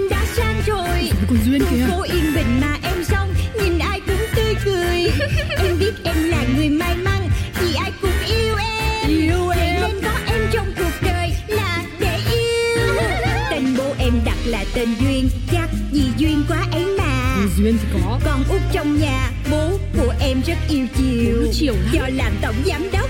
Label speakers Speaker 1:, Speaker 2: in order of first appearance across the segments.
Speaker 1: viên thì có
Speaker 2: Còn út trong nhà, bố của em rất yêu
Speaker 1: Bố
Speaker 2: chiều
Speaker 1: nó chiều lắm.
Speaker 2: Do làm tổng giám đốc,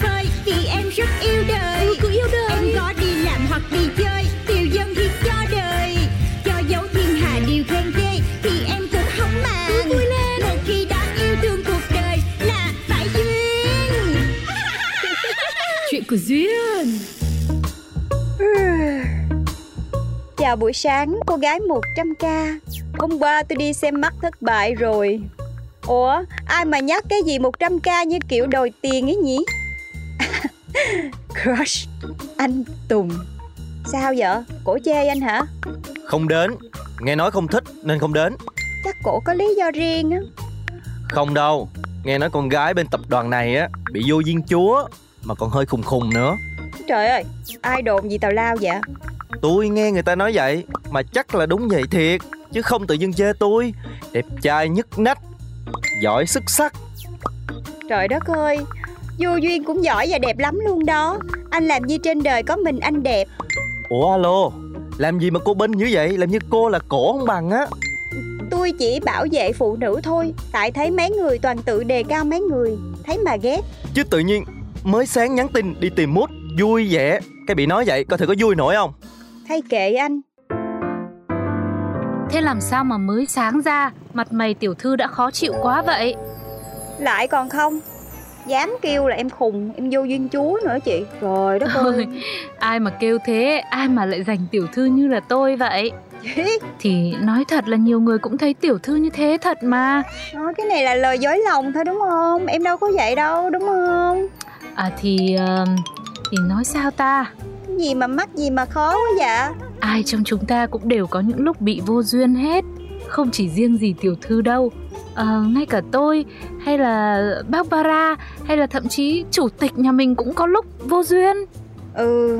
Speaker 2: phơi Vì em rất yêu đời
Speaker 1: cứ yêu đời
Speaker 2: Em có đi làm hoặc đi chơi Tiêu dân thì cho đời Cho dấu thiên hà điều khen ghê Thì em cũng không màng vui lên Một khi đã yêu thương cuộc đời Là phải duyên
Speaker 1: Chuyện của Duyên
Speaker 3: Chào buổi sáng, cô gái 100k Hôm qua tôi đi xem mắt thất bại rồi Ủa, ai mà nhắc cái gì 100k như kiểu đòi tiền ấy nhỉ? Crush, anh Tùng Sao vậy? Cổ chê anh hả?
Speaker 4: Không đến Nghe nói không thích nên không đến
Speaker 3: Chắc cổ có lý do riêng á
Speaker 4: Không đâu Nghe nói con gái bên tập đoàn này á Bị vô duyên chúa Mà còn hơi khùng khùng nữa
Speaker 3: Trời ơi, ai đồn gì tào lao vậy?
Speaker 4: Tôi nghe người ta nói vậy Mà chắc là đúng vậy thiệt Chứ không tự dưng chê tôi Đẹp trai nhất nách Giỏi xuất sắc
Speaker 3: Trời đất ơi, vô duyên cũng giỏi và đẹp lắm luôn đó Anh làm gì trên đời có mình anh đẹp
Speaker 4: Ủa alo Làm gì mà cô Binh như vậy Làm như cô là cổ không bằng á
Speaker 3: Tôi chỉ bảo vệ phụ nữ thôi Tại thấy mấy người toàn tự đề cao mấy người Thấy mà ghét
Speaker 4: Chứ tự nhiên Mới sáng nhắn tin đi tìm mút Vui vẻ Cái bị nói vậy Coi thử có vui nổi không
Speaker 3: Hay kệ anh
Speaker 5: Thế làm sao mà mới sáng ra Mặt mày tiểu thư đã khó chịu quá vậy
Speaker 3: Lại còn không Dám kêu là em khùng Em vô duyên chúa nữa chị Rồi đất ơi
Speaker 5: Ôi, Ai mà kêu thế Ai mà lại dành tiểu thư như là tôi vậy Thì nói thật là nhiều người cũng thấy tiểu thư như thế thật mà
Speaker 3: Nói cái này là lời dối lòng thôi đúng không Em đâu có vậy đâu đúng không
Speaker 5: À thì ờm, Thì nói sao ta
Speaker 3: Cái gì mà mắc gì mà khó quá vậy
Speaker 5: Ai trong chúng ta cũng đều có những lúc bị vô duyên hết Không chỉ riêng gì tiểu thư đâu Ờ, Ngay cả tôi Hay là Barbara Hay là thậm chí chủ tịch nhà mình cũng có lúc vô duyên
Speaker 3: Ừ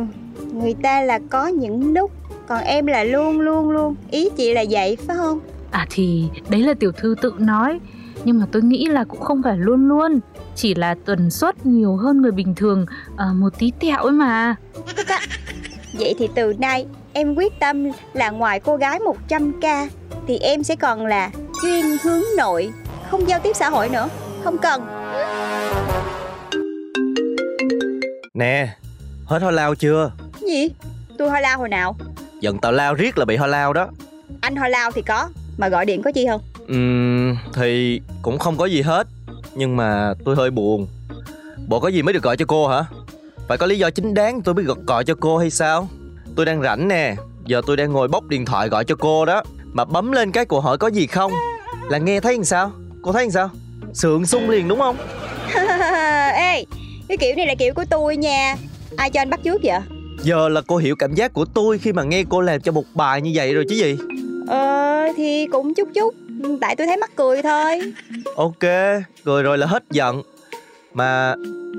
Speaker 3: Người ta là có những lúc Còn em là luôn luôn luôn Ý chị là vậy phải không
Speaker 5: À thì đấy là tiểu thư tự nói Nhưng mà tôi nghĩ là cũng không phải luôn luôn Chỉ là tuần suất nhiều hơn người bình thường ờ, Một tí tẹo ấy mà
Speaker 3: Vậy thì từ nay em quyết tâm là ngoài cô gái 100k thì em sẽ còn là chuyên hướng nội, không giao tiếp xã hội nữa, không cần.
Speaker 4: Nè Hết hoa lao chưa
Speaker 3: Cái Gì? Tôi hoa lao hồi nào?
Speaker 4: Giận tào lao riết là bị hoa lao đó
Speaker 3: Anh hoa lao thì có, mà gọi điện có chi không?
Speaker 4: Ừm, thì cũng không có gì hết Nhưng mà tôi hơi buồn Bộ có gì mới được gọi cho cô hả? Phải có lý do chính đáng tôi mới gọi- gọi cho cô hay sao? Tôi đang rảnh nè Giờ tôi đang ngồi bóc điện thoại gọi cho cô đó Mà bấm lên cái cuộc hỏi có gì không Là nghe thấy làm sao? Cô thấy làm sao? Sượng sung liền đúng không?
Speaker 3: Ê, cái kiểu này là kiểu của tôi nha. Ai cho anh bắt trước vậy?
Speaker 4: Giờ là cô hiểu cảm giác của tôi khi mà nghe cô làm cho một bài như vậy rồi chứ gì
Speaker 3: Ờ thì cũng chút chút, tại tôi thấy mắc cười thôi.
Speaker 4: Ok, cười rồi là hết giận Mà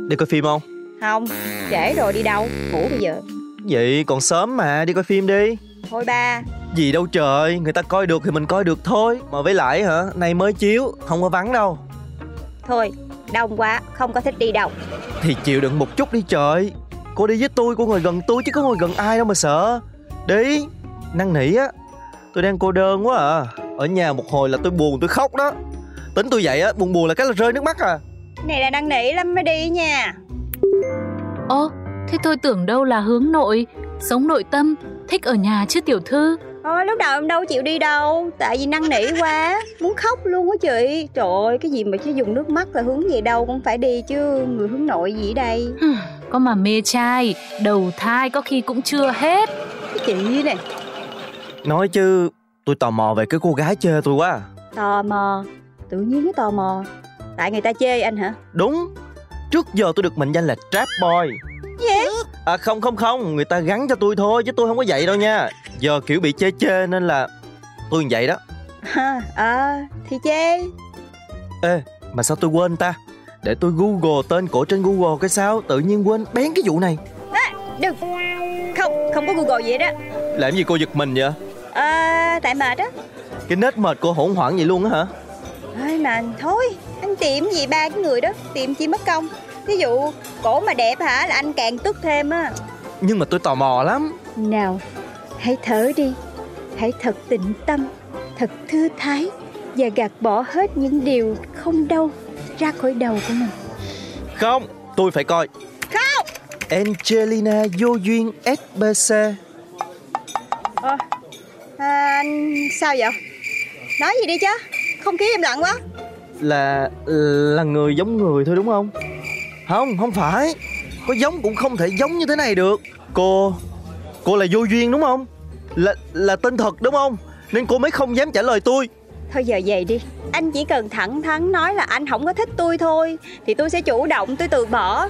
Speaker 4: đi coi phim không?
Speaker 3: Không, trễ rồi đi đâu, ngủ bây giờ.
Speaker 4: Vậy còn sớm mà, đi coi phim đi
Speaker 3: Thôi ba,
Speaker 4: Gì đâu trời, người ta coi được thì mình coi được thôi Mà với lại hả, nay mới chiếu, không có vắng đâu
Speaker 3: thôi, đông quá, không có thích đi đâu.
Speaker 4: Thì chịu đựng một chút đi trời Cô đi với tôi, cô ngồi gần tôi chứ có ngồi gần ai đâu mà sợ Đi, năn nỉ á Tôi đang cô đơn quá à Ở nhà một hồi là tôi buồn, tôi khóc đó Tính tôi vậy á, buồn buồn là cái là rơi nước mắt à
Speaker 3: Cái này là đang nỉ lắm mới đi nha.
Speaker 5: Ô thế tôi tưởng đâu là hướng nội Sống nội tâm Thích ở nhà chứ tiểu thư
Speaker 3: Thôi Ờ, lúc đầu em đâu chịu đi đâu Tại vì năn nỉ quá Muốn khóc luôn á chị Trời ơi cái gì mà chứ dùng nước mắt là hướng về đâu cũng phải đi chứ Người hướng nội gì đây
Speaker 5: Hừm, Có mà mê trai Đầu thai có khi cũng chưa hết
Speaker 3: Cái chị này
Speaker 4: Nói chứ, tôi tò mò về cái cô gái chê tôi quá à.
Speaker 3: Tò mò Tự nhiên nó tò mò Tại người ta chê anh hả
Speaker 4: Đúng, trước giờ tôi được mệnh danh là Trap Boy
Speaker 3: Gì?
Speaker 4: À không không không, người ta gắn cho tôi thôi chứ tôi không có vậy đâu nha. Giờ kiểu bị chê chê nên là tôi như vậy đó.
Speaker 3: Ha, Ờ thì chê
Speaker 4: Mà sao tôi quên ta? Để tôi google tên cổ trên google cái sao Tự nhiên quên bén cái vụ này
Speaker 3: Đừng Không, không có Google gì đó
Speaker 4: Làm gì cô giật mình vậy
Speaker 3: À, tại mệt á
Speaker 4: Cái nết mệt cô hỗn hoảng vậy luôn á hả
Speaker 3: Ôi mà thôi Anh tiệm gì ba cái người đó Tiệm chỉ mất công Ví dụ cổ mà đẹp hả là anh càng tức thêm á
Speaker 4: Nhưng mà tôi tò mò lắm
Speaker 3: Nào Hãy thở đi Hãy thật tĩnh tâm Thật thư thái Và gạt bỏ hết những điều không đâu Ra khỏi đầu của mình
Speaker 4: Không Tôi phải coi
Speaker 3: Không
Speaker 4: Angelina Vô Duyên SBC
Speaker 3: à, Anh sao vậy Nói gì đi chứ Không khí im lặng quá
Speaker 4: Là Là người giống người thôi đúng không Không không phải Có giống cũng không thể giống như thế này được Cô Cô là Vô Duyên đúng không Là là tên thật đúng không Nên cô mới không dám trả lời tôi
Speaker 3: Thôi giờ về đi Anh chỉ cần thẳng thắn nói là anh không có thích tôi thôi Thì tôi sẽ chủ động tôi từ bỏ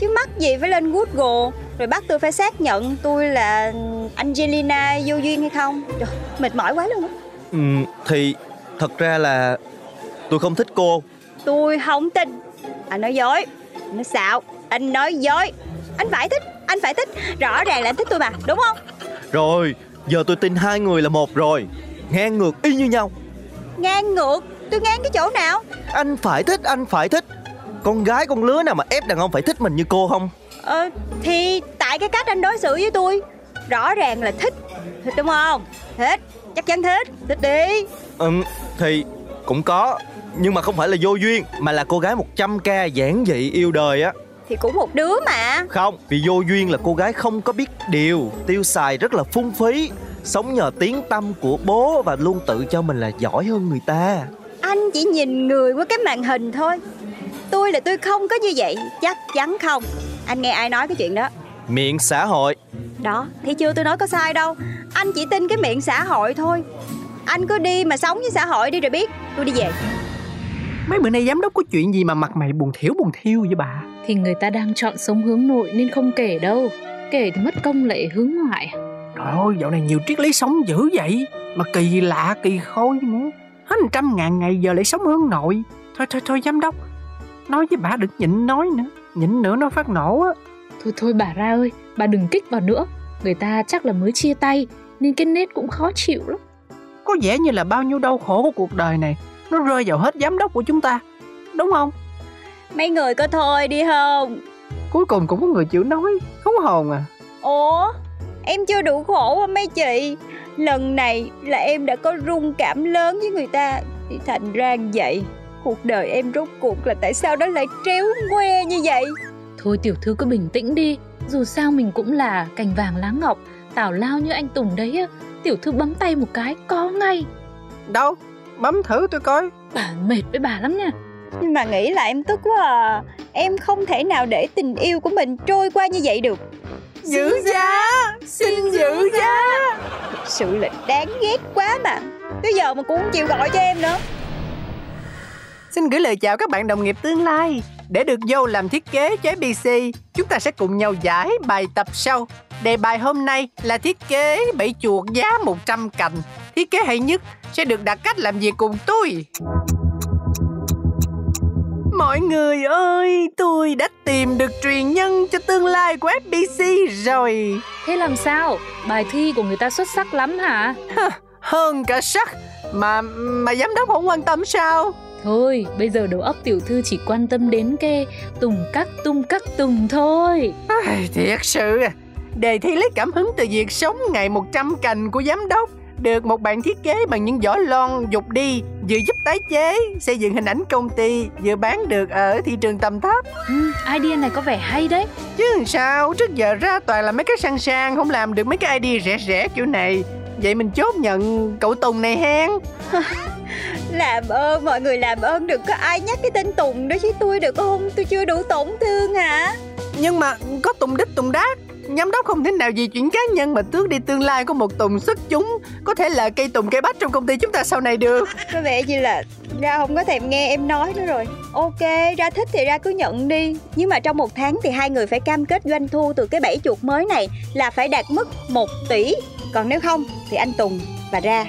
Speaker 3: Chứ mắc gì phải lên Google Rồi bắt tôi phải xác nhận tôi là Angelina vô duyên hay không Trời, mệt mỏi quá luôn á
Speaker 4: ừ, Thì Thật ra là Tôi không thích cô
Speaker 3: Tôi không tin Anh nói dối Anh nói xạo Anh nói dối Anh phải thích Anh phải thích Rõ ràng là anh thích tôi mà Đúng không
Speaker 4: Rồi Giờ tôi tin hai người là một rồi Ngang ngược y như nhau
Speaker 3: Ngang ngược Tôi ngang cái chỗ nào
Speaker 4: Anh phải thích, anh phải thích Con gái con lứa nào mà ép đàn ông phải thích mình như cô không
Speaker 3: Ờ, thì tại cái cách anh đối xử với tôi Rõ ràng là thích Thích đúng không? Thích Chắc chắn thích Thích đi
Speaker 4: Ừm, thì cũng có Nhưng mà không phải là vô duyên Mà là cô gái 100k giản dị yêu đời á
Speaker 3: Thì cũng một đứa mà
Speaker 4: Không, vì vô duyên là cô gái không có biết điều Tiêu xài rất là phung phí Sống nhờ tiếng tâm của bố Và luôn tự cho mình là giỏi hơn người ta
Speaker 3: Anh chỉ nhìn người qua cái màn hình thôi Tôi là tôi không có như vậy Chắc chắn không Anh nghe ai nói cái chuyện đó
Speaker 4: Miệng xã hội
Speaker 3: Đó Thì chưa tôi nói có sai đâu Anh chỉ tin cái miệng xã hội thôi Anh cứ đi mà sống với xã hội đi rồi biết Tôi đi về
Speaker 6: Mấy bữa nay giám đốc có chuyện gì mà mặt mày buồn thiểu buồn thiêu vậy bà
Speaker 5: Thì người ta đang chọn sống hướng nội nên không kể đâu Kể thì mất công lại hướng ngoại
Speaker 6: Trời ơi dạo này nhiều triết lý sống dữ vậy Mà kỳ lạ kỳ khôi nữa Hết một trăm ngàn ngày giờ lại sống hướng nội Thôi thôi thôi giám đốc Nói với bà đừng nhịn nói nữa Nhịn nữa nó phát nổ á
Speaker 5: Thôi thôi bà ra ơi, bà đừng kích vào nữa Người ta chắc là mới chia tay Nên cái nết cũng khó chịu lắm
Speaker 6: Có vẻ như là bao nhiêu đau khổ của cuộc đời này Nó rơi vào hết giám đốc của chúng ta Đúng không?
Speaker 3: Mấy người có thôi đi không
Speaker 6: Cuối cùng cũng có người chịu nói Khốn hồn à
Speaker 3: Ủa Em chưa đủ khổ hả mấy chị Lần này là em đã có rung cảm lớn với người ta Thì thành ra như vậy Cuộc đời em rốt cuộc là tại sao nó lại tréo ngoe như vậy
Speaker 5: Thôi tiểu thư cứ bình tĩnh đi Dù sao mình cũng là cành vàng lá ngọc Tào lao như anh Tùng đấy á Tiểu thư bấm tay một cái, có ngay
Speaker 6: Đâu? Bấm thử tôi coi
Speaker 5: Bà mệt với bà lắm nha
Speaker 3: Nhưng mà nghĩ lại em tức quá à Em không thể nào để tình yêu của mình trôi qua như vậy được
Speaker 6: Giữ giá Xin giữ giá
Speaker 3: Thực sự là đáng ghét quá mà Tới giờ mà cũng không chịu gọi cho em nữa
Speaker 6: Xin gửi lời chào các bạn đồng nghiệp tương lai. Để được vô làm thiết kế cho FBC, chúng ta sẽ cùng nhau giải bài tập sau. Đề bài hôm nay là thiết kế bẫy chuột giá 100 cành. Thiết kế hay nhất sẽ được đặt cách làm việc cùng tôi. Mọi người ơi, tôi đã tìm được truyền nhân cho tương lai của FBC rồi.
Speaker 5: Thế làm sao? Bài thi của người ta xuất sắc lắm hả?
Speaker 6: Hơn cả sắc mà mà giám đốc không quan tâm sao?
Speaker 5: Thôi, bây giờ đầu óc tiểu thư chỉ quan tâm đến kê Tùng các tung các tùng thôi
Speaker 6: Ai, thiệt sự à. Đề thi lấy cảm hứng từ việc sống ngày 100 cành của giám đốc Được một bạn thiết kế bằng những vỏ lon dục đi Vừa giúp tái chế, xây dựng hình ảnh công ty Vừa bán được ở thị trường tầm thấp
Speaker 5: ừ, Idea này có vẻ hay đấy
Speaker 6: Chứ làm sao, trước giờ ra toàn là mấy cái sang sang Không làm được mấy cái ID rẻ rẻ kiểu này Vậy mình chốt nhận cậu Tùng này hen
Speaker 3: Làm ơn mọi người làm ơn Đừng có ai nhắc cái tên Tùng đó với tôi được không Tôi chưa đủ tổn thương hả
Speaker 6: Nhưng mà có Tùng đích Tùng đát Giám đốc không thể nào vì chuyện cá nhân mà tước đi tương lai của một Tùng xuất chúng Có thể là cây Tùng cây bách trong công ty chúng ta sau này được
Speaker 3: Có vẻ như là ra không có thèm nghe em nói nữa rồi Ok, ra thích thì ra cứ nhận đi Nhưng mà trong một tháng thì hai người phải cam kết doanh thu từ cái bẫy chuột mới này Là phải đạt mức 1 tỷ Còn nếu không thì anh Tùng và ra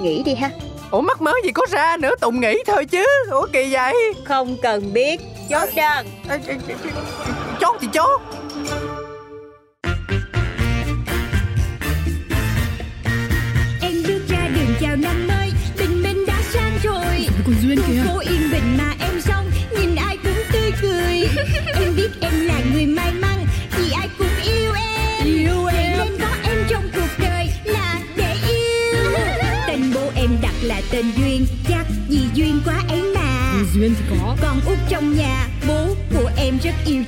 Speaker 3: Nghĩ đi ha
Speaker 6: Ủa mắc mớ gì có ra nữa Tùng nghĩ thôi chứ Ủa kỳ vậy
Speaker 3: Không cần biết
Speaker 7: chốt đơn
Speaker 6: Ê, ê, ê, ê, Chốt thì chốt
Speaker 3: Em bước ra đường chào năm mới Bình minh đã sang rồi
Speaker 1: Con Duyên
Speaker 3: Khu
Speaker 1: kìa
Speaker 3: phố yên bình mà em xong Nhìn ai cũng tươi cười Em biết em là người may mắn Vì ai cũng yêu em Yêu em nên có em trong cuộc đời Là để yêu Tên bố em đặt là tên Duyên Chắc vì duyên quá ấy mà
Speaker 1: Cô Duyên thì có
Speaker 3: Con út trong nhà Bố của em rất yêu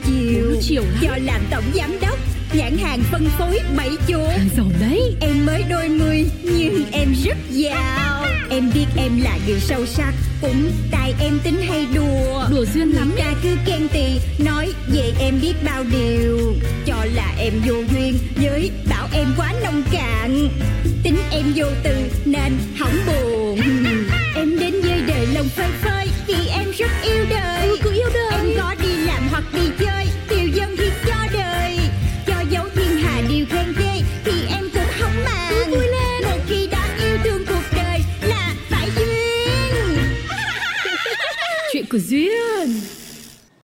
Speaker 3: chiều
Speaker 1: Bố chiều lắm
Speaker 3: Do làm tổng giám đốc Nhãn hàng phân phối bảy chỗ
Speaker 1: Hàng giàu đấy
Speaker 3: Em mới đôi mươi nhưng em rất giàu Em biết em là người sâu sắc Cũng tại em tính hay đùa
Speaker 1: Đùa Duyên lắm
Speaker 3: Người ta cứ khen tì Nói về em biết bao điều Cho là em vô duyên Với bảo em quá nông cạn Tính em vô tư nên hỏng buồn Em đến với đời lòng phơi phới Vì em rất yêu đời cứ Ừ, yêu đời Em có đi làm hoặc đi chơi Tiêu dân thì cho đời Cho dấu thiên hà điều khen ghê Thì em cũng không màng vui lên Một khi đã yêu thương cuộc đời Là phải duyên
Speaker 1: Chuyện của Duyên